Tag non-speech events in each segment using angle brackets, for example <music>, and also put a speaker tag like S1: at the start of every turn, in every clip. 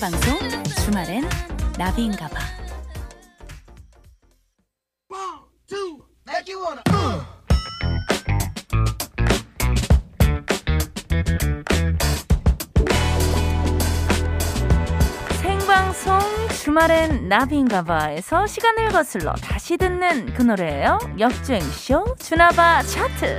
S1: 방송 주말엔 나비인가봐.
S2: two, make you wanna.
S3: 생방송 주말엔 나비인가봐에서 시간을 거슬러 다시 듣는 그 노래예요. 역주행쇼 주나바 차트.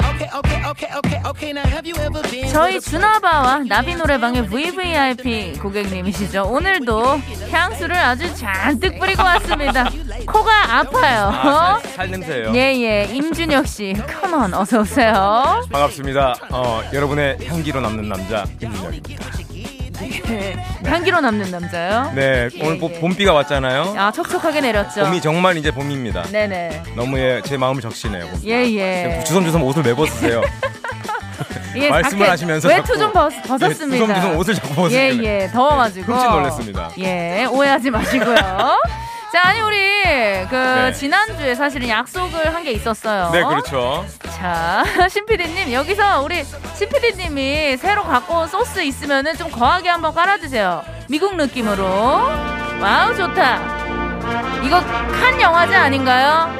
S2: Okay, okay, okay, okay, okay. Now have you ever been?
S3: 저희 주나바와 나비 노래방의 VVIP 고객님이시죠. 오늘도 향수를 아주 잔뜩 뿌리고 왔습니다. 코가
S4: 아, 네.
S3: 아파요.
S4: 살, 살 냄새예요.
S3: 네. 예예 임준혁 씨, 컴온 어서 오세요.
S4: 반갑습니다. 어, 여러분의 향기로 남는 남자 김준혁입니다.
S3: 예, 향기로 남는 남자요.
S4: 네,
S3: 예,
S4: 오늘 뭐
S3: 예.
S4: 봄비가 왔잖아요.
S3: 아 촉촉하게 내렸죠.
S4: 봄이 정말 이제 봄입니다.
S3: 네네
S4: 너무 예, 제 마음을 적시네요. 봄.
S3: 예예.
S4: 주섬주섬 옷을 매벗으세요
S3: 예,
S4: 말씀을
S3: 밖에
S4: 하시면서
S3: 외투
S4: 자꾸-
S3: 좀 <laughs> 벗- 벗었습니다.
S4: 예, 주섬주섬 옷을 자꾸 벗으시길래 네,
S3: 예, 예, 더워가지고.
S4: 흠칫 놀랐습니다.
S3: 예, 오해하지 마시고요. <laughs> 자, 아니, 우리, 그,
S4: 네.
S3: 지난주에 사실은 약속을 한 게 있었어요.
S4: 네, 그렇죠.
S3: 자, <laughs> 신PD님, 여기서 우리 신PD님이 새로 갖고 온 소스 있으면은 좀 거하게 한번 깔아주세요. 미국 느낌으로. 와우, 좋다. 이거 칸 영화제 아닌가요?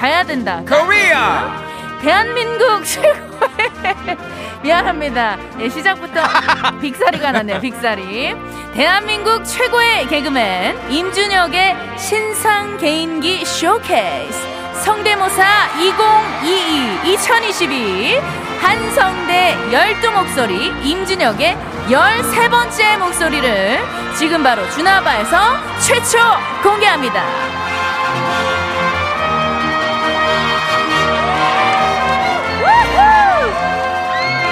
S3: 가야 된다.
S4: 코리아!
S3: 대한민국 최고의 <laughs> 미안합니다. 예,
S4: <laughs>
S3: 시작부터 빅사리가 나네요. 빅사리. 대한민국 최고의 개그맨 임준혁의 신상 개인기 쇼케이스 성대모사 2022 2022 한성대 열두 목소리 임준혁의 열세 번째 목소리를 지금 바로 주나바에서 최초 공개합니다.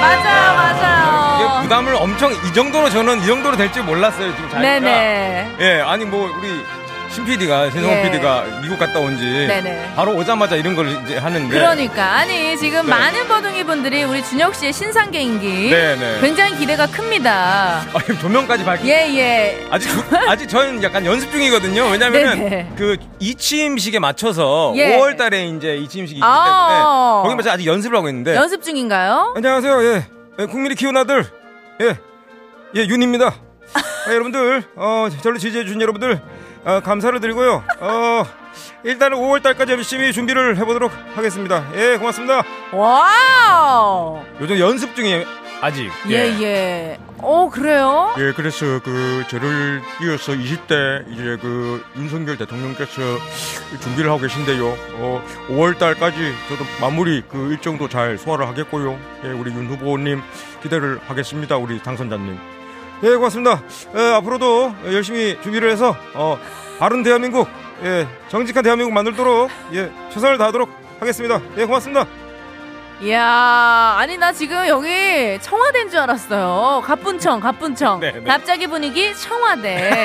S3: 맞아요,
S4: 이게
S3: 맞아요.
S4: 부담을 엄청 이 정도로 저는 이 정도로 될 줄 몰랐어요. 지금 자기가.
S3: 네네.
S4: 예, 아니 뭐 우리 신 PD가
S3: 예.
S4: 최성원 PD가 미국 갔다 온지
S3: 네네.
S4: 바로 오자마자 이런 걸 이제 하는데
S3: 그러니까 아니 지금
S4: 네.
S3: 많은 버둥이 분들이 우리 준혁 씨의 신상 개인기
S4: 네네.
S3: 굉장히 기대가 큽니다.
S4: 아, 지금 조명까지 밝히
S3: 예예.
S4: 아직 <laughs> 저- 아직 저는 약간 연습 중이거든요. 왜냐면은
S3: 네네.
S4: 그 이치임식에 맞춰서
S3: 예.
S4: 5월 달에 이제 이치임식이 있기 때문에
S3: 아.
S4: 거기 맞춰 아직 연습을 하고 있는데
S3: 연습 중인가요?
S4: 안녕하세요. 예. 예, 국민이 키운 아들. 예. 예, 윤입니다. 아, 여러분들, 어, 저를 지지해주신 여러분들, 아, 감사를 드리고요. 어, 일단은 5월달까지 열심히 준비를 해보도록 하겠습니다. 예, 고맙습니다.
S3: 와우.
S4: 요즘 연습 중이에요, 아직.
S3: 예예. 오 그래요?
S4: 예, 그래서 그 저를 이어서 20대 이제 그 윤석열 대통령께서 준비를 하고 계신데요. 어, 5월 달까지 저도 마무리 그 일정도 잘 소화를 하겠고요. 예, 우리 윤 후보님 기대를 하겠습니다. 우리 당선자님. 예, 고맙습니다. 예, 앞으로도 열심히 준비를 해서 어, 바른 대한민국, 예, 정직한 대한민국 만들도록 예, 최선을 다하도록 하겠습니다. 예, 고맙습니다.
S3: 이야 아니 나 지금 여기 청와대인 줄 알았어요. 갑분청 갑분청.
S4: 네, 아, 네.
S3: 갑자기 분위기
S4: <laughs>
S3: 청와대. 네.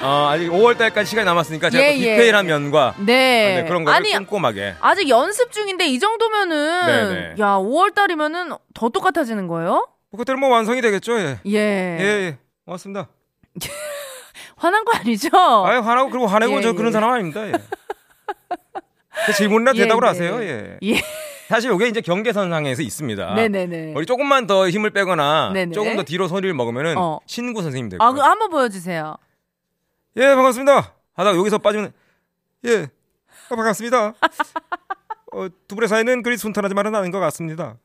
S4: 어, 아직 5월 달까지 시간이 남았으니까
S3: 제가 예, 또 예. 디테일한
S4: 면과
S3: 네. 아니
S4: 꼼꼼하게
S3: 아직 연습 중인데 이 정도면은
S4: 네네.
S3: 야 5월 달이면은 더 똑같아지는 거예요?
S4: 그때는 뭐 완성이 되겠죠. 예.
S3: 예.
S4: 예, 예. 고맙습니다.
S3: 화난 거 아니죠?
S4: 아유, 화나고 그리고 화내고
S3: 어. 예,
S4: 저
S3: 예.
S4: 그런 사람 아닙니다. 예. 그 질문이나
S3: 예,
S4: 대답을
S3: 네.
S4: 하세요. 예.
S3: 예.
S4: 사실 이게 이제 경계선 상에서 있습니다.
S3: 네네네.
S4: 우리 조금만 더 힘을 빼거나
S3: 네네.
S4: 조금 더 뒤로 소리를 먹으면은
S3: 어.
S4: 신구 선생님 될
S3: 아,
S4: 거예요.
S3: 그 한번 보여주세요.
S4: 예, 반갑습니다. 하다가 여기서 빠지면 예.
S3: <laughs>
S4: 아, 반갑습니다. 어, 두 분의 사이는 그리 순탄하지 말은 않은 것 같습니다.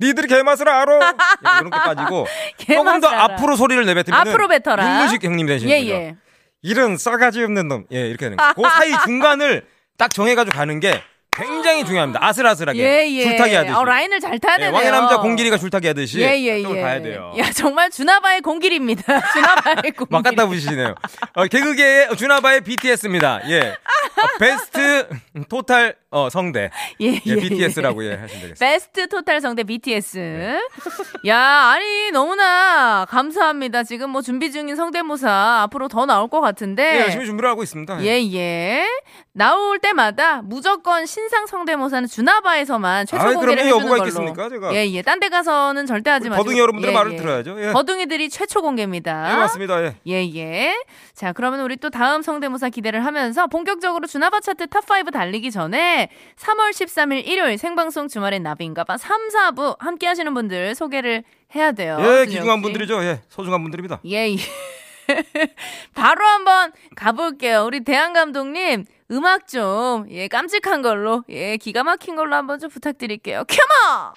S4: 니들이 개맛을 알아. 예, 이런 게 빠지고 조금 더
S3: <laughs> 개맛을 알아.
S4: 앞으로 소리를 내뱉으면
S3: 앞으로 뱉어라.
S4: 윤무식 형님 되시는
S3: 예예.
S4: 거죠. 이런 싸가지 없는 놈. 예, 이렇게 되는 거. 그 사이 중간을 딱 정해가지고 가는 게 굉장히 중요합니다. 아슬아슬하게.
S3: 예예.
S4: 줄타기 하듯이.
S3: 어, 라인을 잘 타야
S4: 예,
S3: 되네요.
S4: 왕의 남자 공길이가 줄타기 하듯이.
S3: 예예예.
S4: 쪽으로 가야 돼요.
S3: 야 정말 주나바의 공길입니다. <laughs> 주나바의 공길.
S4: 막 갖다 부시네요. 어, 개그계의 주나바의 BTS입니다. 예. 어, 베스트 토탈 어, 성대.
S3: 예,
S4: 예, BTS라고 네. 예, 하시면 되겠습니다.
S3: 베스트 토탈 성대 BTS. 야, 아니 너무나 감사합니다. 지금 뭐 준비 중인 성대모사 앞으로 더 나올 것
S4: 예,
S3: 같은데.
S4: 네. 열심히 준비를 하고 있습니다.
S3: 예, 예. 나올 때마다 무조건 신상 성대모사는 주나바에서만 최초
S4: 아이, 그럼
S3: 공개를
S4: 이
S3: 해주는
S4: 여부가
S3: 걸로.
S4: 있겠습니까, 제가?
S3: 예, 예. 딴 데 가서는 절대 하지 마시고.
S4: 버둥이 여러분들의
S3: 예,
S4: 말을
S3: 예.
S4: 들어야죠. 예.
S3: 버둥이들이 최초 공개입니다.
S4: 예, 맞습니다. 예.
S3: 예, 예. 자, 그러면 우리 또 다음 성대모사 기대를 하면서 본격적으로 주나바 차트 탑5 달리기 전에 3월 13일 일요일 생방송 주말엔 나비인가봐 3, 4부 함께 하시는 분들 소개를 해야 돼요. 네,
S4: 예,
S3: 준혁
S4: 귀중한
S3: 씨.
S4: 분들이죠. 예, 소중한 분들입니다.
S3: 예, <laughs> 예. 바로 한번 가볼게요. 우리 대한 감독님, 음악 좀, 예, 깜찍한 걸로, 예, 기가 막힌 걸로 한번 좀 부탁드릴게요. 컴온!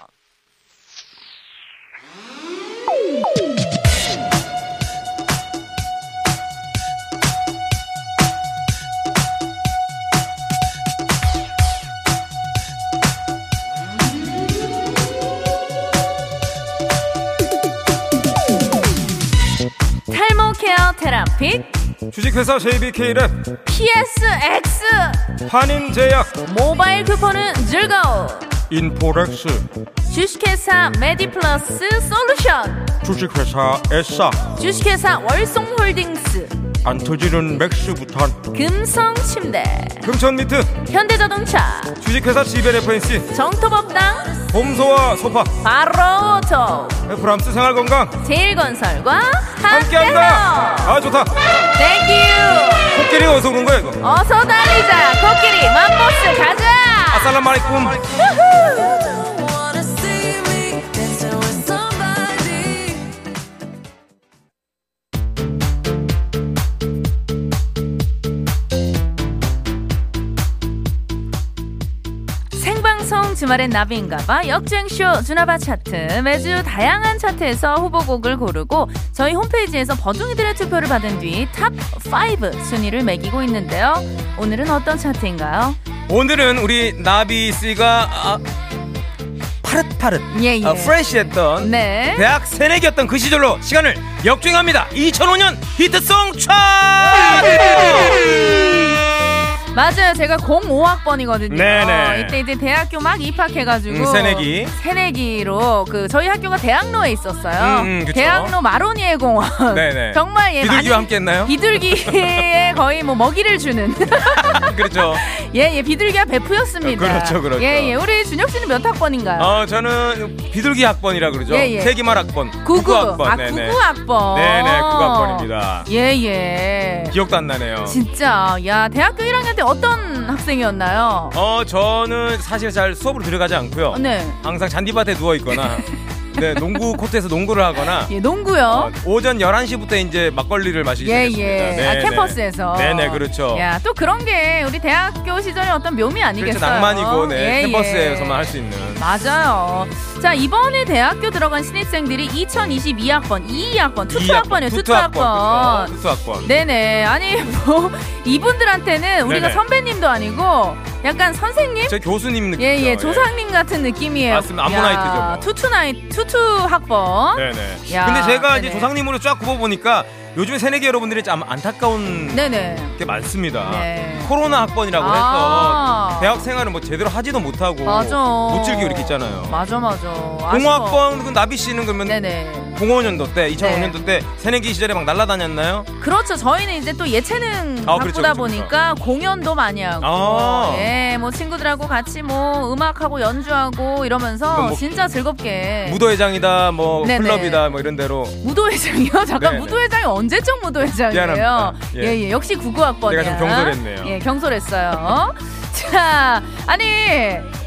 S3: 탈모 케어 테라피,
S4: 주식회사 JBK랩,
S3: PSX,
S4: 한인제약, 뭐?
S3: 모바일 쿠폰은 즐거워!
S5: 인포렉스
S3: 주식회사 메디플러스 솔루션,
S5: 주식회사 에싸
S3: 주식회사 월송홀딩스,
S5: 안 터지는 맥스부탄
S3: 금성침대,
S4: 금천미트,
S3: 현대자동차,
S4: 주식회사 지벤 FNC,
S3: 정토법당,
S4: 봄소와 소파,
S3: 바로 오토,
S4: 프랑스 생활건강
S3: 제일건설과 함께해요.
S4: 함께한다. 아 좋다.
S3: 땡큐.
S4: 코끼리 어디서 오는 거야 이거?
S3: 어서 달리자. 코끼리 맘보스 가자.
S4: 아살람 말이쿰.
S3: 생방송 주말엔 나비인가봐 역주행쇼 주나바 차트 매주 다양한 차트에서 후보곡을 고르고 저희 홈페이지에서 버둥이들의 투표를 받은 뒤 탑 5 순위를 매기고 있는데요. 오늘은 어떤 차트인가요?
S4: 오늘은 우리 나비 씨가 아, 파릇파릇
S3: 예, 예.
S4: 아, 프레시했던
S3: 네.
S4: 대학 새내기였던 그 시절로 시간을 역주행합니다. 2005년 히트송
S3: 예.
S4: 차트.
S3: 맞아요. 제가 05학번이거든요.
S4: 네네.
S3: 이때 이제 대학교 막 입학해가지고
S4: 음, 새내기.
S3: 새내기로 그 저희 학교가 대학로에 있었어요.
S4: 음, 음, 그쵸.
S3: 대학로 마로니에 공원.
S4: 네네.
S3: <laughs> 정말 예,
S4: 비둘기와
S3: 많이-
S4: 함께했나요?
S3: 비둘기에 거의 뭐 먹이를 주는
S4: <laughs>
S3: <laughs>
S4: 그렇죠.
S3: 예예 비둘기와 베프였습니다.
S4: 어, 그렇죠, 그렇죠.
S3: 예예 우리 준혁 씨는 몇 학번인가요?
S4: 어, 저는 비둘기 학번이라 그러죠.
S3: 예, 예.
S4: 세기말 학번.
S3: 구구
S4: 구구 학번.
S3: 아
S4: 네네.
S3: 구구 학번. 예,
S4: 네네, 구구 학번입니다.
S3: 예예.
S4: 기억도 안 나네요.
S3: 진짜 야 대학교 1학년 때 어떤 학생이었나요?
S4: 어, 저는 사실 잘 수업으로 들어가지 않고요.
S3: 어, 네.
S4: 항상 잔디밭에 누워
S3: <laughs>
S4: 있거나 네, 농구 코트에서 농구를 하거나
S3: 예 농구요.
S4: 어, 오전 11시부터 이제 막걸리를 마시기
S3: 예,
S4: 시작했습니다.
S3: 예.
S4: 네,
S3: 아,
S4: 네.
S3: 캠퍼스에서.
S4: 네, 네, 그렇죠.
S3: 야, 또 그런 게 우리 대학교 시절의 어떤 묘미
S4: 그렇죠.
S3: 아니겠어요?
S4: 낭만이고 네,
S3: 예,
S4: 캠퍼스에서만
S3: 예.
S4: 할 수 있는
S3: 맞아요. 자, 이번에 대학교 들어간 신입생들이 2022학번, 22학번, 투투학번이에요,
S4: 이 학번,
S3: 투투학번.
S4: 투투 학번.
S3: 네네. 아니, 뭐, <laughs> 이분들한테는 우리가
S4: 네네.
S3: 선배님도 아니고 약간 선생님?
S4: 저 교수님 느낌.
S3: 네? 예, 예, 조상님 같은 느낌이에요.
S4: 그렇죠, 맞습니다. 암모나이트죠, 뭐.
S3: 투투나이, 투투학번.
S4: 네, 네.
S3: 야,
S4: 근데 제가 이제
S3: 네네.
S4: 조상님으로 쫙 굽어 보니까 요즘에 새내기 여러분들이 참 안타까운
S3: 네네.
S4: 게 많습니다.
S3: 네.
S4: 코로나 학번이라고
S3: 아.
S4: 해서 대학 생활을 뭐 제대로 하지도 못하고
S3: 맞아.
S4: 못 즐기고 이렇게 있잖아요.
S3: 맞아, 맞아. 아쉬워.
S4: 공학번 그 나비 씨는 그러면
S3: 네네. 네.
S4: 05년도 때, 2005년도 때 새내기 시절에 막 날라다녔나요?
S3: 그렇죠. 저희는 이제 또 예체능
S4: 아,
S3: 바꾸다
S4: 그렇죠, 그렇죠,
S3: 보니까 공연도 많이 하고,
S4: 아.
S3: 예, 뭐 친구들하고 같이 뭐 음악하고 연주하고 이러면서
S4: 그럼 뭐
S3: 진짜 즐겁게
S4: 무도회장이다, 뭐
S3: 네. 네네.
S4: 클럽이다, 뭐 이런 데로
S3: 무도회장이요? <laughs> 잠깐
S4: 네네.
S3: 무도회장이 언제적 무도회장이에요?
S4: 미안합니다.
S3: 예.
S4: 예.
S3: 예, 역시 구구학번이야.
S4: 제가 좀 경솔했네요.
S3: 예, 경솔했어요. <laughs> 자, 아니,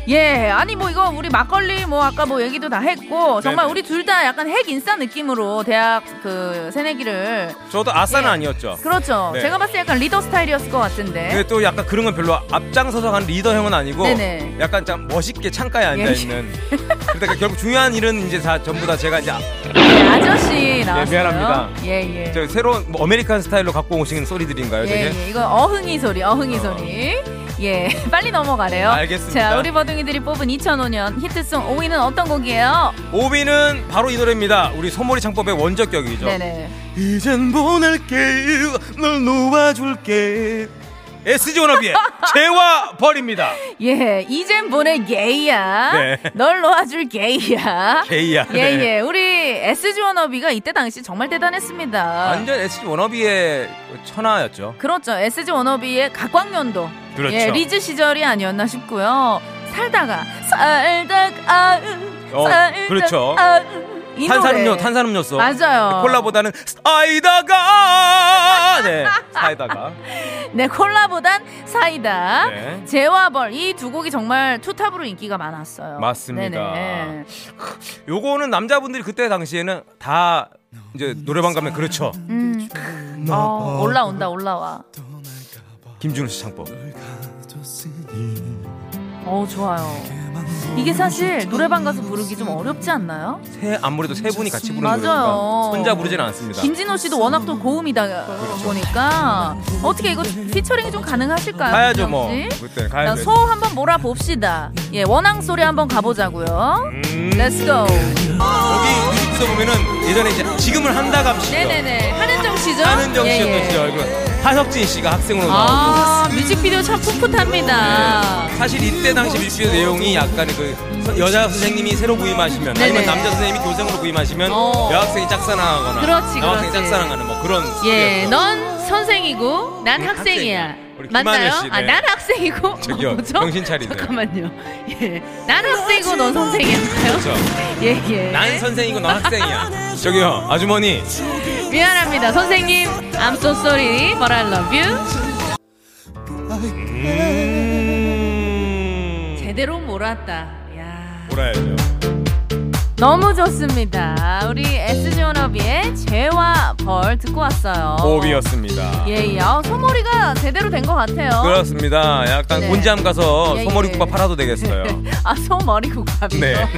S3: 예, 아니 뭐 이거 우리 막걸리 뭐 아까 뭐 얘기도 다 했고 정말
S4: 네네.
S3: 우리 둘 다 약간 핵 인싸 느낌으로 대학 그 새내기를
S4: 저도 아싸는
S3: 예.
S4: 아니었죠.
S3: 그렇죠.
S4: 네. 그렇죠.
S3: 제가 봤을 때 약간 리더 스타일이었을 것 같은데.
S4: 근데 또 약간 그런 건 별로 앞장서서 가는 리더형은 아니고
S3: 네네. 예.
S4: 약간 참 멋있게 창가에 앉아 있는 그러니까 결국 중요한 일은 이제 다 전부 다 제가 이제
S3: 네, 아저씨 나왔어요.
S4: 예, 미안합니다.
S3: 예, 예.
S4: 저 새로운 뭐 아메리칸 스타일로 갖고 오시는 소리들인가요,
S3: 예,
S4: 되게?
S3: 예. 이거 어흥이 소리, 어흥이
S4: 어.
S3: 소리. 예, <laughs> 빨리 넘어가래요.
S4: 알겠습니다.
S3: 자, 우리 버둥이들이 뽑은 2005년 히트송 5위는 어떤 곡이에요?
S4: 오비는 바로 이 노래입니다. 우리 소몰이 창법의 원적격이죠.
S3: 네네.
S4: 이젠 보낼게, 널 놓아줄게. SG <laughs> 워너비의 재화 버립니다.
S3: 예, 이젠 보내 게이야.
S4: 네.
S3: 널 놓아줄 게이야.
S4: 게이야.
S3: 예,
S4: 네.
S3: 예. 우리 SG 워너비가 이때 당시 정말 대단했습니다.
S4: 완전 SG 워너비의 천하였죠.
S3: 그렇죠. SG 워너비의 각광년도.
S4: 그렇죠.
S3: 예, 리즈 시절이 아니었나 싶고요. 살다가 살다가
S4: 어,
S3: 살다가
S4: 그렇죠.
S3: 이
S4: 탄산음료,
S3: 노래.
S4: 탄산음료소.
S3: 맞아요.
S4: 콜라보다는 사이다가 네 사이다가
S3: 네 콜라보단 사이다
S4: 네.
S3: 재와 벌 이 두 곡이 정말 투탑으로 인기가 많았어요
S4: 맞습니다.
S3: 네네.
S4: 요거는 남자분들이 그때 당시에는 다 이제 노래방 가면 그렇죠.
S3: 음. 어, 올라온다 올라와
S4: 김준우 씨 창법.
S3: 어 좋아요 이게 사실 노래방 가서 부르기 좀 어렵지 않나요?
S4: 세 아무래도 세 분이 같이 부르는
S3: 맞아요.
S4: 노래니까 혼자 그렇죠. 부르진 않습니다.
S3: 김진호 씨도 워낙 또 고음이다 보니까 어떻게 이거 피처링이 좀 가능하실까요?
S4: 가야죠
S3: 김진호
S4: 뭐
S3: 씨?
S4: 그때
S3: 자,
S4: 가야죠.
S3: 소 한번 몰아봅시다 예 원앙 소리 한번 가보자고요
S4: 음,
S3: Let's go
S4: 여기 뮤직비디오 보면은 예전에 이제 지금은 한다감 씨죠.
S3: 네네네 한은정 씨죠?
S4: 한은정
S3: 예,
S4: 씨였던
S3: 예.
S4: 시절 그 하석진 씨가 학생으로 나오고
S3: 아 뮤직비디오 참 풋풋합니다.
S4: 사실 이때 당시 뮤직비디오 내용이 약간 그 서- 여자 선생님이 새로 부임하시면
S3: 네네.
S4: 아니면 남자 선생님이 교생으로 부임하시면
S3: 어.
S4: 여학생이 짝사랑하거나
S3: 그렇지,
S4: 여학생이
S3: 그렇지.
S4: 짝사랑하는 뭐 그런
S3: 예, 넌 선생이고 난 학생이야.
S4: 우리 네, 학생이야. 우리
S3: 맞나요?
S4: 김하늘 씨,
S3: 아,
S4: 네.
S3: 난 학생이고.
S4: <laughs> 저기요,
S3: 어, 뭐죠?
S4: 정신 차리세요.
S3: 잠깐만요. 예, 난 학생이고 넌 선생이었나요?
S4: 그렇죠.
S3: 예, 예.
S4: 난 선생이고 넌 학생이야 저기요 아주머니
S3: 미안합니다, 선생님. I'm so sorry, but I love you.
S4: 음...
S3: 제대로 몰았다. 야.
S4: 뭐라 해요
S3: 너무 좋습니다. 우리 SG 워너비의 죄와 벌 듣고 왔어요.
S4: 오비였습니다
S3: 예, 예. 아, 소머리가 제대로 된 것 같아요.
S4: 그렇죠. 그렇습니다 약간
S3: 네.
S4: 곤지암 가서
S3: 예,
S4: 소머리국밥
S3: 예.
S4: 팔아도 되겠어요
S3: <laughs> 아, 소머리 국밥이요?
S4: 네.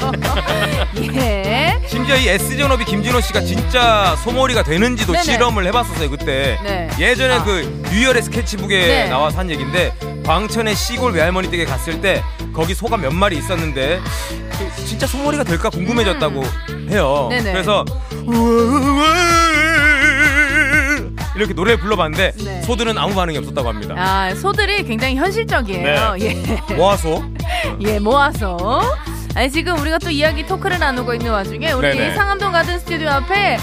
S3: <laughs> 예.
S4: 심지어 이 S전업이 김진호 씨가 진짜 소머리가 되는지도
S3: 네네.
S4: 실험을 해봤었어요 그때
S3: 네.
S4: 예전에
S3: 아.
S4: 그 유열의 스케치북에
S3: 네.
S4: 나와서 한 얘기인데 광천의 시골 외할머니 댁에 갔을 때 거기 소가 몇 마리 있었는데 그 진짜 소머리가 될까 궁금해졌다고 해요
S3: 네네.
S4: 그래서 이렇게 노래 를 불러봤는데
S3: 네.
S4: 소들은 아무 반응이 없었다고 합니다
S3: 아, 소들이 굉장히 현실적이에요.
S4: 네.
S3: 예.
S4: 모아소
S3: 예, 모아서. 아니, 지금 우리가 또 이야기 토크를 나누고 있는 와중에 우리
S4: 네네.
S3: 상암동 가든 스튜디오 앞에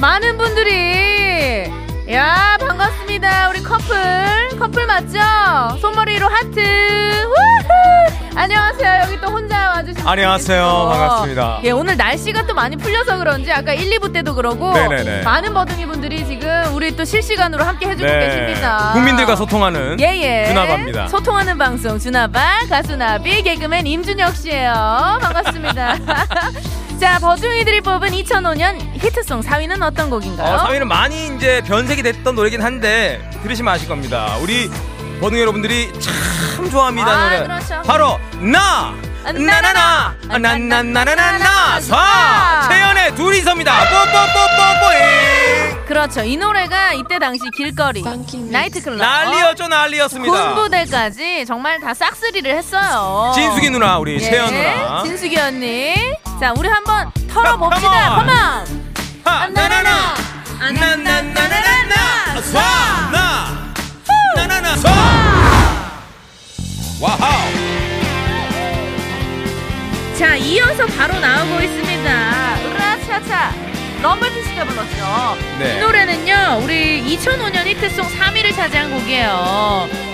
S3: 많은 분들이 야, 반갑습니다. 우리 커플. 커플 맞죠? 손머리로 하트. 우후! 안녕하세요. 여기 또 혼자 와주신 분들
S4: 안녕하세요.
S3: 계시고.
S4: 반갑습니다.
S3: 예, 오늘 날씨가 또 많이 풀려서 그런지 아까 1, 2부 때도 그러고
S4: 네네네.
S3: 많은 버둥이 분들이 지금 우리 또 실시간으로 함께 해주고 계십니다.
S4: 네. 국민들과 소통하는
S3: 예예.
S4: 주나바입니다.
S3: 소통하는 방송 주나바 가수 나비 개그맨 임준혁 씨예요. 반갑습니다. <laughs> 자 버둥이들이 뽑은 2005년 히트송 4위는 어떤 곡인가요?
S4: 어, 3위는 많이 이제 변색이 됐던 노래긴 한데 들으시면 아실 겁니다. 우리 버둥이 여러분들이 참 좋아합니다
S3: 아,
S4: 노래.
S3: 그렇죠.
S4: 바로 나 아, 나나나 나나나나나나 사 채연의 둘이서입니다. 예. 뽀뽀뽀뽀뽀잉
S3: 그렇죠. 이 노래가 이때 당시 길거리,
S4: 아,
S3: 나이트클럽,
S4: 난리였죠 난리였습니다.
S3: 군부대까지 정말 다 싹쓸이를 했어요.
S4: 진숙이 누나 우리
S3: 예,
S4: 채연 누나.
S3: 진숙이 언니. 자 우리 한번 털어봅시다.
S4: 아, come
S3: 컴온.
S4: 하, 나나나 나나나나나나 사나 나나나 사 와우.
S3: 자 이어서 바로 나오고 있습니다 으라차차 럼블피스가 불렀죠
S4: 네.
S3: 이 노래는요 우리 2005년 히트송 3위를 차지한 곡이에요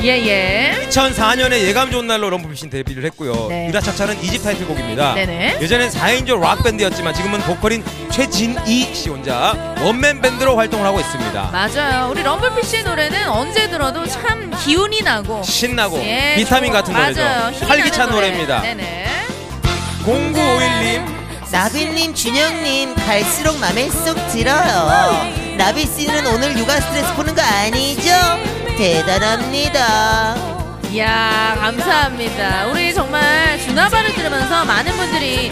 S3: 예예
S4: 2004년에 예감 좋은 날로 럼블피신 데뷔를 했고요.
S3: 네.
S4: 유라차차는 이집 타이틀곡입니다.
S3: 네네.
S4: 예전엔 4인조 락 밴드였지만 지금은 보컬인 최진희 씨 혼자 원맨 밴드로 활동을 하고 있습니다.
S3: 맞아요 우리 럼블피쉬의 노래는 언제 들어도 참 기운이 나고
S4: 신나고
S3: 예,
S4: 비타민
S3: 저-
S4: 같은 노래죠.
S3: 맞아요. 힘이
S4: 활기찬
S3: 나는 노래.
S4: 노래입니다.
S3: 네네
S4: 0951님
S6: 나비님, 준영님, 갈수록 맘에 쏙 들어요. 나비 씨는 오늘 육아 스트레스 푸는 거 아니죠? 대단합니다.
S3: 이야 감사합니다 우리 정말 주나바를 들으면서 많은 분들이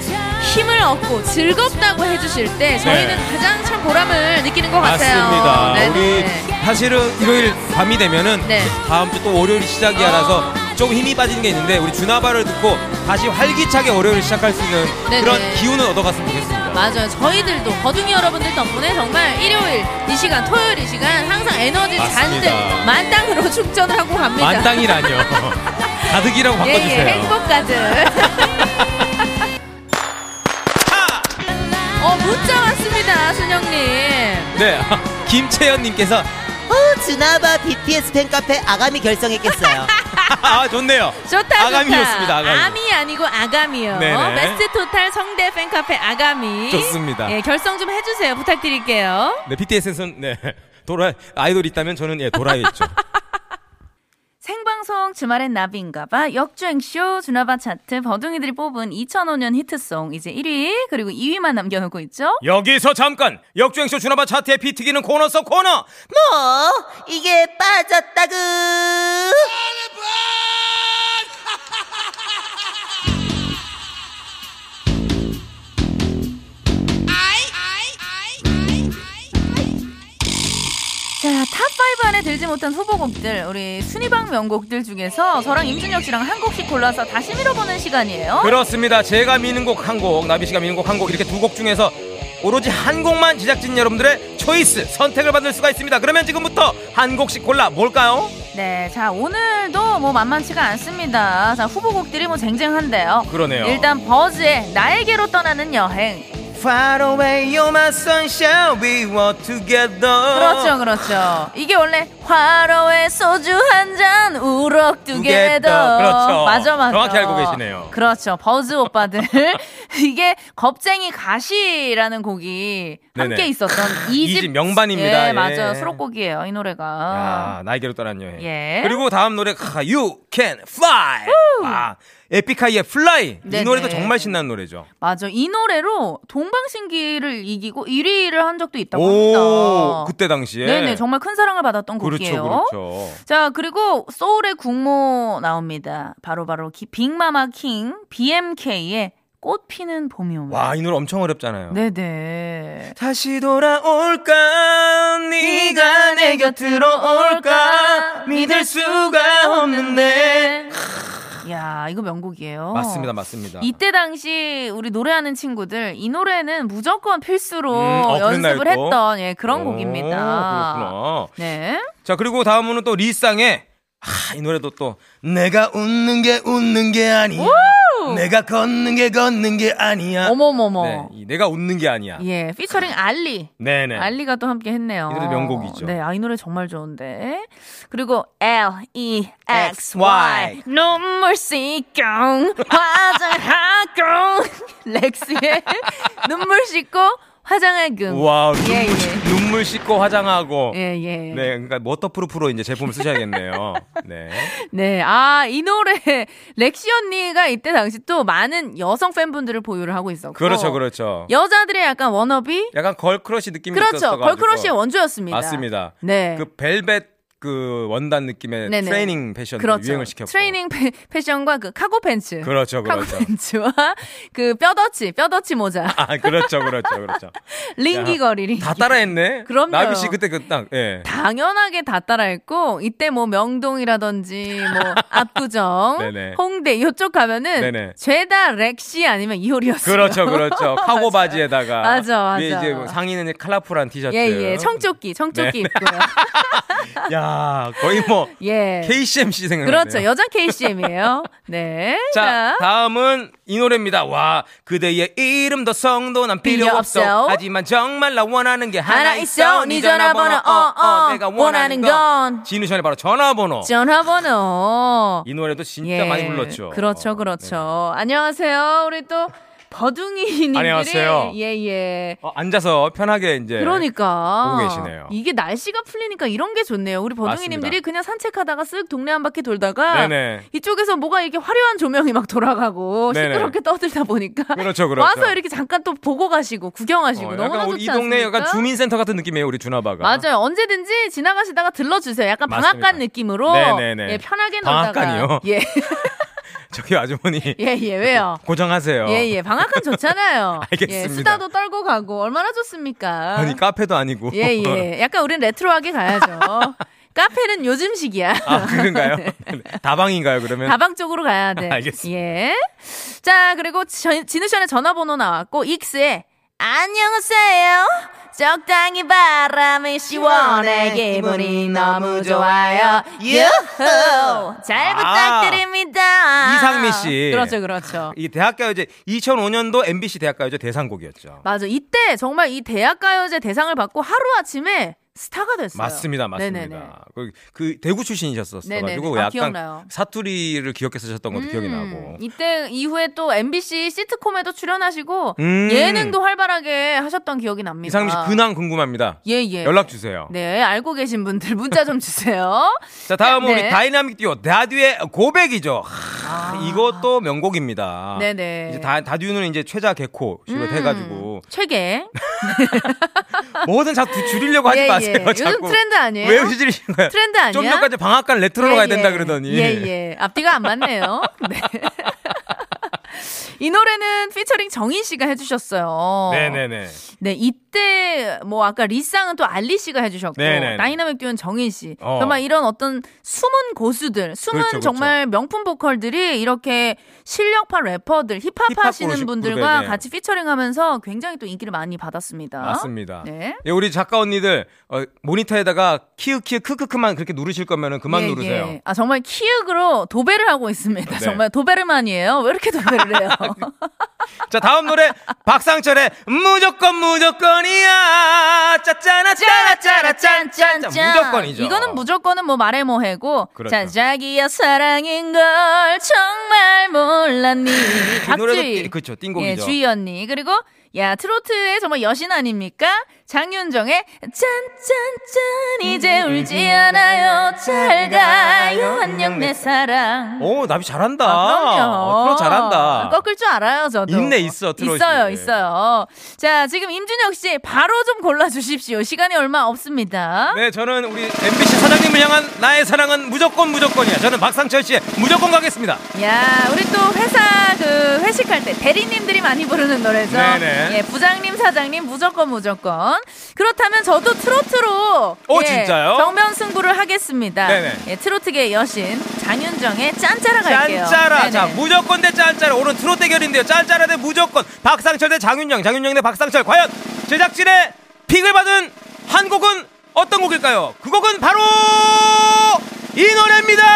S3: 힘을 얻고 즐겁다고 해주실 때 저희는
S4: 네.
S3: 가장 참 보람을 느끼는 것 같아요
S4: 맞습니다.
S3: 네네.
S4: 우리 사실은 일요일 밤이 되면은
S3: 네.
S4: 다음 주 또 월요일이 시작이라서 조금 힘이 빠지는 게 있는데 우리 주나바를 듣고 다시 활기차게 월요일을 시작할 수 있는
S3: 네네.
S4: 그런 기운을 얻어갔으면 좋겠습니다.
S3: 맞아요 저희들도 거둥이 여러분들 덕분에 정말 일요일 이 시간 토요일 이 시간 항상 에너지 잔뜩
S4: 맞습니다.
S3: 만땅으로 <laughs> 충전을 하고 갑니다 <laughs>
S4: 만땅이라뇨. 가득이라고
S3: 네. 예,
S4: 바꿔주세요.
S3: 예, 행복
S4: <laughs>
S3: 가득 어 문자 왔습니다 순영님
S4: 네, <laughs> 김채연님께서 <laughs>
S6: 어, 주나바 BTS 팬카페 아가미 결성했겠어요.
S4: 아 좋네요.
S3: 좋다
S4: 아가미였습니다.
S3: 좋다.
S4: 아가미.
S3: 아미 아니고 아가미요.
S4: 네네.
S3: 베스트 토탈 성대 팬카페 아가미.
S4: 좋습니다.
S3: 예, 결성 좀 해주세요. 부탁드릴게요.
S4: 네, BTS에서는 네 도라 아이돌 있다면 저는 예 도라에
S3: <laughs>
S4: 있죠.
S3: 생방송 주말엔 나비인가봐 역주행쇼 주나바 차트 버둥이들이 뽑은 2005년 히트송 이제 1위 그리고 2위만 남겨놓고 있죠.
S4: 여기서 잠깐 역주행쇼 주나바 차트의 비트기는 코너 속 코너
S6: 뭐 이게 빠졌다구
S3: 자, 탑5 안에 들지 못한 후보곡들, 우리 순위방 명곡들 중에서 저랑 임준혁 씨랑 한 곡씩 골라서 다시 밀어보는 시간이에요.
S4: 그렇습니다. 제가 미는 곡 한 곡, 나비 씨가 미는 곡 한 곡 이렇게 두 곡 중에서 오로지 한 곡만 제작진 여러분들의 초이스 선택을 받을 수가 있습니다. 그러면 지금부터 한 곡씩 골라 뭘까요?
S3: 네, 자, 오늘도 뭐 만만치가 않습니다. 자, 후보곡들이 뭐 쟁쟁한데요.
S4: 그러네요.
S3: 일단 버즈의 나에게로 떠나는 여행.
S4: Far away, you're my sunshine, we were together.
S3: 그렇죠, 그렇죠. 이게 원래 화로에 소주 한 잔 우럭두개더.
S4: 두개더. 그렇죠.
S3: 맞아, 맞아.
S4: 정확히 알고 계시네요.
S3: 그렇죠. 버즈
S4: <laughs>
S3: 오빠들. 이게 겁쟁이 가시라는 곡이 함께
S4: 네네.
S3: 있었던
S4: 이집
S3: 2집
S4: 명반입니다.
S3: 예,
S4: 예.
S3: 맞아요. 수록곡이에요, 이 노래가.
S4: 야, 나에게로 떠난 여행.
S3: 아. 예.
S4: 그리고 다음 노래 가 You Can Fly. 아, 에픽하이의 Fly.
S3: 네네.
S4: 이 노래도 정말 신나는 노래죠.
S3: 맞아. 이 노래로 동방신기를 이기고 1위를 한 적도 있다고 합니다.
S4: 오, 그때 당시에.
S3: 네네, 정말 큰 사랑을 받았던 곡이에요.
S4: 그렇죠, 그렇죠.
S3: 자, 그리고 소울의 국모 나옵니다. 바로바로 기- 빅마마 킹 BMK의 꽃 피는 봄이 오면.
S4: 와, 이 노래 엄청 어렵잖아요.
S3: 네. 네네.
S4: 다시 돌아올까 네가 내 곁으로 올까 믿을 수가 없는데
S3: 야, 이거 명곡이에요.
S4: 맞습니다 맞습니다
S3: 이때 당시 우리 노래하는 친구들 이 노래는 무조건 필수로
S4: 음, 어, 그랬나,
S3: 연습을
S4: 이거?
S3: 했던 예, 그런
S4: 오,
S3: 곡입니다.
S4: 그렇구나
S3: 네.
S4: 자 그리고 다음은 또 리쌍의 아, 이 노래도 또 내가 웃는 게 웃는 게 아니야 내가 걷는 게 걷는 게 아니야
S3: 어머머머.
S4: 네, 이 내가 웃는 게 아니야
S3: 예, 피처링 알리.
S4: 네네
S3: 알리가 또 함께 했네요.
S4: 이 노래 명곡이죠.
S3: 네, 아, 이 노래 정말 좋은데. 그리고 L E X
S4: XY.
S3: Y 눈물 씻고 화장하고 <laughs> 렉스의 <laughs> 눈물 씻고 화장하고
S4: 와우 눈물,
S3: 예, 예.
S4: 눈물 씻고 화장하고
S3: 예, 예.
S4: 네 그러니까 워터프루프로 이제 제품을
S3: <laughs>
S4: 쓰셔야겠네요 네
S3: 네. 아, 이 노래 <laughs> 렉시 언니가 이때 당시 또 많은 여성 팬분들을 보유를 하고 있었고.
S4: 그렇죠 그렇죠
S3: 어. 여자들의 약간 원업이
S4: 약간 걸크러쉬 느낌이
S3: 그렇죠.
S4: 있었어가지고
S3: 걸크러쉬의 원조였습니다.
S4: 맞습니다.
S3: 네.
S4: 그 벨벳 그 원단 느낌의
S3: 네네.
S4: 트레이닝 패션 을
S3: 그렇죠.
S4: 유행을 시켰고
S3: 트레이닝 패, 패션과 그 카고 팬츠.
S4: 그렇죠
S3: 카고
S4: 그렇죠
S3: 팬츠와 그 뼈덧치, 뼈덧치 모자.
S4: 아 그렇죠 그렇죠
S3: <laughs>
S4: 그렇죠
S3: 링기거리, 링기.
S4: 다 따라했네
S3: 그럼요.
S4: 나비 씨 그때 그딱예
S3: 당연하게 다 따라했고 이때 뭐 명동이라든지 뭐
S4: <laughs>
S3: 압구정,
S4: 네네.
S3: 홍대 이쪽 가면은
S4: 네네.
S3: 죄다 렉시 아니면 이효리였어요. <laughs>
S4: 그렇죠 그렇죠 카고 바지에다가
S3: 맞아, 맞아.
S4: 위에 이제 뭐 상의는 이제 컬러풀한 티셔츠
S3: 예예
S4: 네.
S3: 청조끼
S4: <laughs>
S3: 청조끼 입고요.
S4: 야 거의 뭐
S3: 예.
S4: KCMC 생각나네요
S3: 그렇죠 여자 KCM이에요. 네.
S4: <laughs> 자, 다음은 이 노래입니다. 와, 그대의 이름도 성도 난 필요
S3: 필요
S4: 없어.
S3: 없어.
S4: 하지만 정말 나 원하는 게 하나,
S3: 하나 있어.
S4: 있어.
S3: 네 전화번호. 어, 어.
S4: 내가
S3: 원하는
S4: 원하는
S3: 건.
S4: 건. 진우션의 바로 전화번호.
S3: 전화번호.
S4: 이 노래도 진짜
S3: 예.
S4: 많이 불렀죠.
S3: 그렇죠,
S4: 어,
S3: 그렇죠.
S4: 네.
S3: 안녕하세요. 우리 또 버둥이님들이
S4: 안녕하세요.
S3: 예, 예.
S4: 어, 앉아서 편하게 이제.
S3: 그러니까
S4: 네. 보고 계시네요.
S3: 이게 날씨가 풀리니까 이런 게 좋네요. 우리 버둥이님들이
S4: 맞습니다.
S3: 그냥 산책하다가 쓱 동네 한 바퀴 돌다가
S4: 네네.
S3: 이쪽에서 뭐가 이렇게 화려한 조명이 막 돌아가고
S4: 네네.
S3: 시끄럽게 떠들다 보니까
S4: 그렇죠, 그렇죠.
S3: 와서 이렇게 잠깐 또 보고 가시고 구경하시고
S4: 어,
S3: 너무나
S4: 약간
S3: 좋지
S4: 우리 이 동네
S3: 않습니까?
S4: 약간 주민센터 같은 느낌이에요, 우리 준아바가.
S3: 맞아요. 언제든지 지나가시다가 들러주세요. 약간 방앗간
S4: 맞습니다.
S3: 느낌으로
S4: 네네네.
S3: 예, 편하게 놀다가
S4: 방앗간이요?
S3: 예,
S4: <laughs>
S3: <laughs>
S4: 저기 아주머니.
S3: 예, 예.
S4: <laughs>
S3: 왜요?
S4: 고정하세요.
S3: 예, 예. 방학간 좋잖아요.
S4: 어. <laughs> 알겠습니다.
S3: 예, 수다도 떨고 가고 얼마나 좋습니까?
S4: 아니, 카페도 아니고.
S3: 예,
S4: 어.
S3: 예. 약간 우린 레트로하게 가야죠. 카페는 요즘식이야.
S4: <laughs>
S3: <laughs>
S4: 아, 그런가요? <laughs> 다방인가요, 그러면?
S3: 다방 쪽으로 가야 돼.
S4: 알겠습니다.
S3: 예. 자, 그리고 저- 진우션의 전화번호 나왔고 익스의 안녕하세요. 적당히 바람이 시원해 기분이 너무 좋아요. 유후. 잘
S4: 아,
S3: 부탁드립니다.
S4: 이상미 씨.
S3: 그렇죠, 그렇죠.
S4: 아, 이 대학가 이제 2005년도 MBC 대학가요제 대상곡이었죠.
S3: 맞아. 이때 정말 이 대학가요제 대상을 받고 하루아침에 스타가 됐어요.
S4: 맞습니다,
S3: 네네네.
S4: 맞습니다. 그, 그 대구 출신이셨었어가지고 그
S3: 네네네. 아,
S4: 약간
S3: 기억나요. 음,
S4: 사투리를 기억해 쓰셨던 것도 기억이 나고.
S3: 이때 이후에 또 MBC 시트콤에도 출연하시고
S4: 음.
S3: 예능도 활발하게 하셨던 기억이 납니다.
S4: 이상민 씨 근황 궁금합니다.
S3: 예, 예.
S4: 연락 주세요.
S3: 네, 알고 계신 분들 문자 좀 주세요. <laughs>
S4: 자 다음은
S3: 네.
S4: 우리 다이나믹 듀오 다듀의 고백이죠. 하, 이것도 명곡입니다.
S3: 아. 네네. 음.
S4: 이제 다 다듀는 이제 최자 개코 시도해가지고
S3: 최계.
S4: 뭐든 자꾸 줄이려고 하지
S3: 예, 예.
S4: 마세요. 자꾸.
S3: 요즘 트렌드 아니에요?
S4: 왜 휘지르시는 거예요?
S3: 트렌드 아니야?
S4: 좀 전까지 방앗간 레트로로
S3: 예,
S4: 가야
S3: 예.
S4: 된다 그러더니.
S3: 예, 예. 앞뒤가 안 맞네요. <laughs> 네. 이 노래는 피처링 정인 씨가 해주셨어요.
S4: 네네네.
S3: 네, 이때 뭐 아까 리쌍은 또 알리 씨가 해주셨고
S4: 네네네.
S3: 다이나믹 듀오는 정인 씨.
S4: 어.
S3: 정말 이런 어떤 숨은 고수들, 숨은
S4: 그렇죠, 그렇죠.
S3: 정말 명품 보컬들이 이렇게 실력파 래퍼들, 힙합,
S4: 힙합
S3: 하시는
S4: 그룹,
S3: 분들과
S4: 그룹에, 네.
S3: 같이 피처링하면서 굉장히 또 인기를 많이 받았습니다.
S4: 맞습니다.
S3: 네.
S4: 예, 우리 작가 언니들 어, 모니터에다가 키읔 키읔 크크크만 그렇게 누르실 거면은 그만
S3: 예,
S4: 누르세요.
S3: 예. 아 정말 키읔으로 도배를 하고 있습니다.
S4: 네.
S3: 정말 도베르만이에요. 왜 이렇게 도배를 해요?
S4: <laughs> 자 다음 노래 <laughs> 박상철의 무조건 무조건이야 짜짜나 짜라 짜라 짠짠 무조건이죠.
S3: 이거는 무조건은 뭐 말해 뭐해고
S4: 그렇죠.
S3: 자 자기야 사랑인 걸 정말 몰랐니
S4: 이 노래도 띠-
S3: 박주희
S4: 그렇죠
S3: 예
S4: 띵곡이죠.
S3: 주희 언니 그리고 야 트로트의 정말 여신 아닙니까 장윤정의 짠짠짠 이제
S4: 음,
S3: 울지 않아요 잘 가요 안녕 내 사랑
S4: 오 나비 잘한다.
S3: 아, 그럼요. 아,
S4: 어, 트롯 잘한다.
S3: 꺾을 줄 알아요, 저도.
S4: 있네, 있어, 예. 트롯이.
S3: 있어요, 있어요. 자, 지금 임준혁 씨 바로 좀 골라 주십시오. 시간이 얼마 없습니다.
S4: 네 저는 우리 MBC 사장님을 향한 나의 사랑은 무조건 무조건이야. 저는 박상철 씨의 무조건 가겠습니다.
S3: 야, 우리 또 회사 그 회식할 때 대리님들이 많이 부르는 노래죠.
S4: 네네.
S3: 예, 부장님, 사장님 무조건 무조건. 그렇다면 저도 트로트로
S4: 오,
S3: 예,
S4: 어, 진짜요?
S3: 정면 승부를 하겠습니다.
S4: 네네.
S3: 예, 트로트계 여신 장윤정의 짠짜라 갈게요.
S4: 짠짜라.
S3: 네네.
S4: 자, 무조건 대 짠짜라. 오늘 트롯 대결인데요. 짠짜라 대 무조건. 박상철 대 장윤영. 장윤영 대 박상철. 과연 제작진의 픽을 받은 한 곡은 어떤 곡일까요? 그 곡은 바로 이 노래입니다.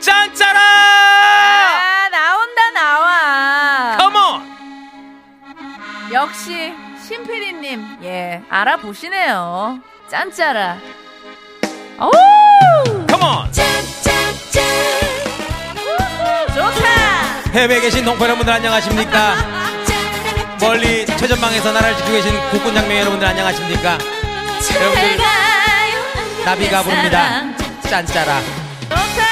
S4: 짠짜라.
S3: 아, 나온다 나와.
S4: 컴온.
S3: 역시 신피디님 예 알아보시네요 짠짜라 오
S4: 컴온.
S3: 좋다
S4: 해외에 계신 동포 여러분들 안녕하십니까? 멀리 최전방에서 나라를 지키고 계신 국군 장병 여러분들 안녕하십니까? 여러분들 나비가 부릅니다. 짠짜라.
S3: 좋다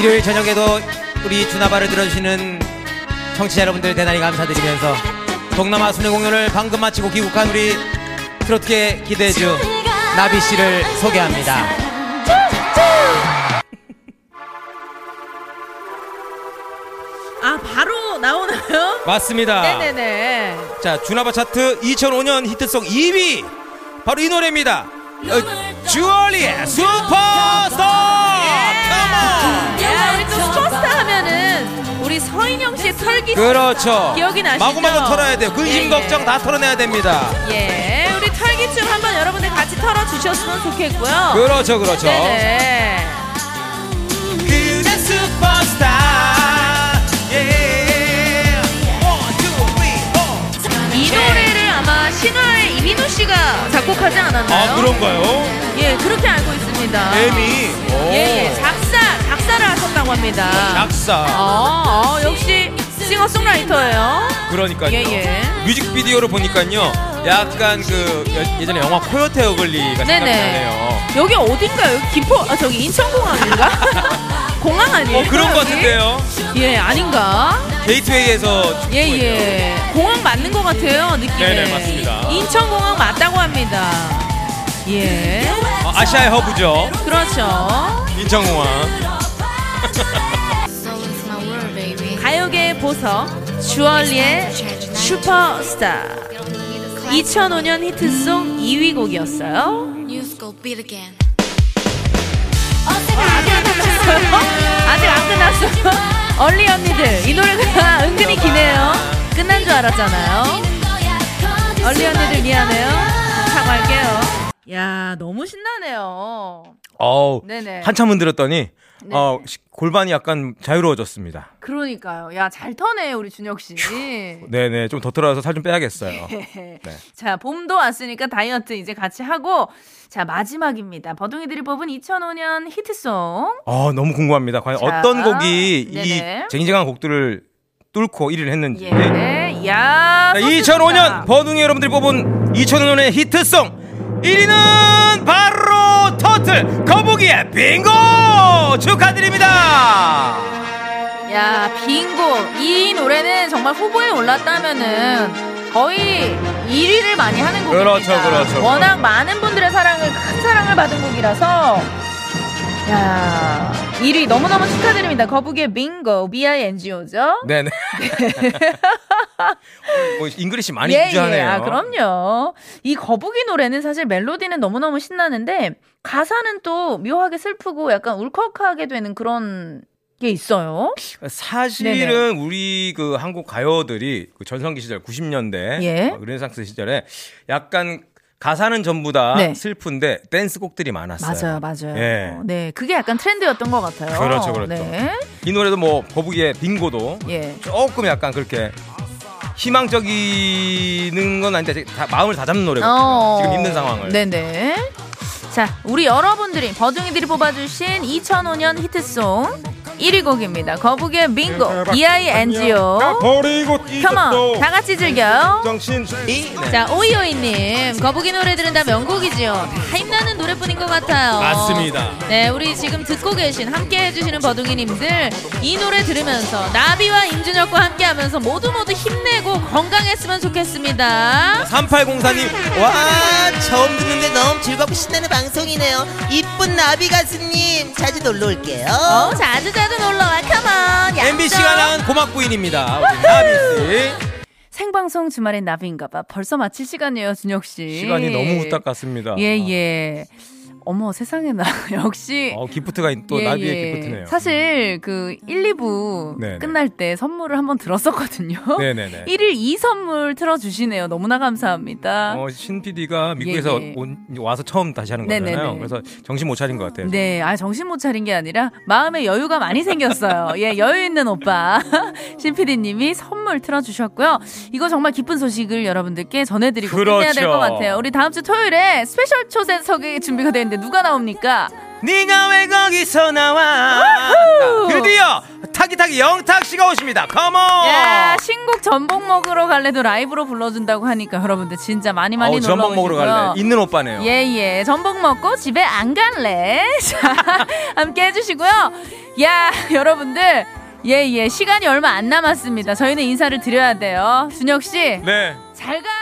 S4: 일요일 저녁에도 우리 주나바를 들어주시는 청취자 여러분들 대단히 감사드리면서 동남아 순회 공연을 방금 마치고 귀국한 우리 트로트계 기대주 나비 씨를 소개합니다.
S3: 아 바로 나오나요?
S4: 맞습니다.
S3: 네네네
S4: 자 주나바 차트 2005년 히트송 2위 바로 이 노래입니다. 어, 주얼리의 슈퍼스타.
S3: 야 우리 또 슈퍼스타 하면은 우리 서인영 씨의 털기
S4: 그렇죠.
S3: 기억이 나시죠?
S4: 마구마구 털어야 돼요. 근심
S3: 예, 예.
S4: 걱정 다 털어내야 됩니다.
S3: 예 우리 털기춤 한번 여러분들 같이 털어주셨으면 좋겠고요
S4: 그렇죠, 그렇죠.
S3: 네네
S4: 그대 슈퍼스타 예. One, two, three, four.
S3: 이 노래를 아마 신화의 이민우 씨가 작곡하지 않았나요?
S4: 아 그런가요?
S3: 예, 그렇게 알고 있습니다.
S4: 데미 오.
S3: 예, 예, 작사, 작사를 하셨다고 합니다.
S4: 작사
S3: 어, 어, 역시 싱어송라이터예요.
S4: 그러니까요
S3: 예, 예.
S4: 뮤직비디오를 보니까요 약간 그 예- 예전에 영화 코요테 어글리가 생각나네요
S3: 여기 어딘가요? 여기 김포, 아, 저기 인천공항인가? <laughs> 공항 아니에요?
S4: 어 그런
S3: 여기?
S4: 것 같은데요
S3: 예, 아닌가?
S4: 게이트웨이에서
S3: 예, 예. 공항 맞는 것 같아요, 느낌에.
S4: 네네, 맞습니다.
S3: 인천공항 맞다고 합니다. 예.
S4: 어, 아시아의 허브죠
S3: 그렇죠.
S4: 인천공항
S3: 가요계의 보석 주얼리의 슈퍼스타 2005년 히트송 2위 곡이었어요 아직 안 끝났어 얼리 언니들 이 노래가 은근히 기네요 끝난 줄 알았잖아요 얼리 언니들 미안해요 사과할게요 야 너무 신나네요
S4: 어우
S3: 네네
S4: 한참 흔들었더니
S3: 네.
S4: 어, 시- 골반이 약간 자유로워졌습니다.
S3: 그러니까요. 야, 잘 터네, 우리 준혁 씨.
S4: 네네, 좀 더 들어가서 살 좀
S3: 네.
S4: 빼야겠어요.
S3: 자, 봄도 왔으니까 다이어트 이제 같이 하고. 자, 마지막입니다. 버둥이들이 뽑은 2005년 히트송.
S4: 아, 너무 궁금합니다. 과연
S3: 자,
S4: 어떤 곡이
S3: 네네.
S4: 이 쟁쟁한 곡들을 뚫고 1위를 했는지.
S3: 예.
S4: 네.
S3: 야.
S4: 자,
S3: 소스입니다.
S4: 2005년 버둥이 여러분들이 뽑은 2005년의 히트송 1위는 바로 터틀 거북이의 빙고
S3: <laughs>
S4: 축하드립니다.
S3: 야, 빙고. 이 노래는 정말 후보에 올랐다면은 거의 1위를 많이 하는 곡입니다.
S4: 그렇죠, 그렇죠.
S3: 워낙 많은 분들의 사랑을 큰 사랑을 받은 곡이라서 야, 1위 너무너무 축하드립니다. 거북이의 빙고, B-I-N-G-O죠?
S4: 네네. <laughs> 뭐 잉글리시 많이
S3: 예,
S4: 유지하네요.
S3: 예. 아, 그럼요. 이 거북이 노래는 사실 멜로디는 너무너무 신나는데 가사는 또 묘하게 슬프고 약간 울컥하게 되는 그런 게 있어요.
S4: 사실은 우리 그 한국 가요들이 그 전성기 시절 90년대
S3: 예.
S4: 어, 르네상스 시절에 약간 가사는 전부 다
S3: 네.
S4: 슬픈데 댄스곡들이 많았어요.
S3: 맞아요, 맞아요.
S4: 예.
S3: 네, 그게 약간 트렌드였던 것 같아요.
S4: 그렇죠, 그렇죠.
S3: 네,
S4: 이 노래도 뭐 거북이의 빙고도
S3: 예.
S4: 조금 약간 그렇게 희망적이는 건 아닌데 다, 마음을 다 잡는 노래거든요.
S3: 어.
S4: 지금 힘든 상황을.
S3: 네네. 자, 우리 여러분들이 버둥이들이 뽑아주신 2005년 히트송 1위 곡입니다. 거북이의 빙고,
S4: 예,
S3: E.I.N.G.O.
S5: 버리고
S4: 아,
S3: 컴온, 다 같이 즐겨.
S5: 정신
S6: 이
S3: 자, 오이오이님, 거북이 노래들은 다 명곡이지요. 다 힘나는 노래뿐인 것 같아요.
S4: 맞습니다.
S3: 네, 우리 지금 듣고 계신, 함께 해주시는 버둥이님들, 이 노래 들으면서, 나비와 임준혁과 함께 하면서 모두 모두 힘내고 건강했으면 좋겠습니다.
S4: 3804님 와
S6: 와 아, 처음 듣는데 너무 즐겁고 신나는 방송이네요 이쁜 나비 가수님 자주 놀러 올게요
S3: 어, 자주 자주 놀러와, 컴온!
S4: MBC가 낳은 고막 부인입니다. 우리 나비 씨.
S3: 생방송 주말엔 나비인가봐. 벌써 마칠 시간이에요, 준혁씨.
S4: 시간이 너무 후딱 갔습니다.
S3: 예, 예. 어머, 세상에나. <laughs> 역시.
S4: 어, 기프트가 있- 또
S3: 예,
S4: 나비의
S3: 예.
S4: 기프트네요. 음.
S3: 사실 그 1, 2부
S4: 네네.
S3: 끝날 때 선물을 한번 들었었거든요.
S4: 네네네.
S3: <laughs> 1일 2 선물 틀어주시네요. 너무나 감사합니다.
S4: 어, 신 PD가 미국에서
S3: 아. 예, 예.
S4: 온- 와서 처음 다시 하는
S3: 네네네.
S4: 거잖아요. 그래서 정신 못 차린 것 같아요.
S3: 네, 아 정신 못 차린 게 아니라 마음의 여유가 많이 생겼어요. 예, 여유 있는 오빠 <laughs> 신PD님이 선물 틀어주셨고요. 이거 정말 기쁜 소식을 여러분들께 전해드리고 끝내야 될 것
S4: 그렇죠.
S3: 같아요. 우리 다음 주 토요일에 스페셜 초대석이 준비가 되는데 누가 나옵니까?
S4: 네가 왜 거기서 나와? 드디어 타기타기 영탁 씨가 오십니다. 컴온.
S3: 야,
S4: 어.
S3: 신곡 전복 먹으러 갈래도 라이브로 불러준다고 하니까 여러분들 진짜 많이 많이
S4: 어우,
S3: 놀러
S4: 전복 먹으러
S3: 오시고요.
S4: 갈래. 있는 오빠네요.
S3: 예예 전복 먹고 집에 안 갈래 <laughs> 자 함께 해주시고요 야 여러분들 예, 예예 시간이 얼마 안 남았습니다 저희는 인사를 드려야 돼요 준혁 씨잘가
S4: 네.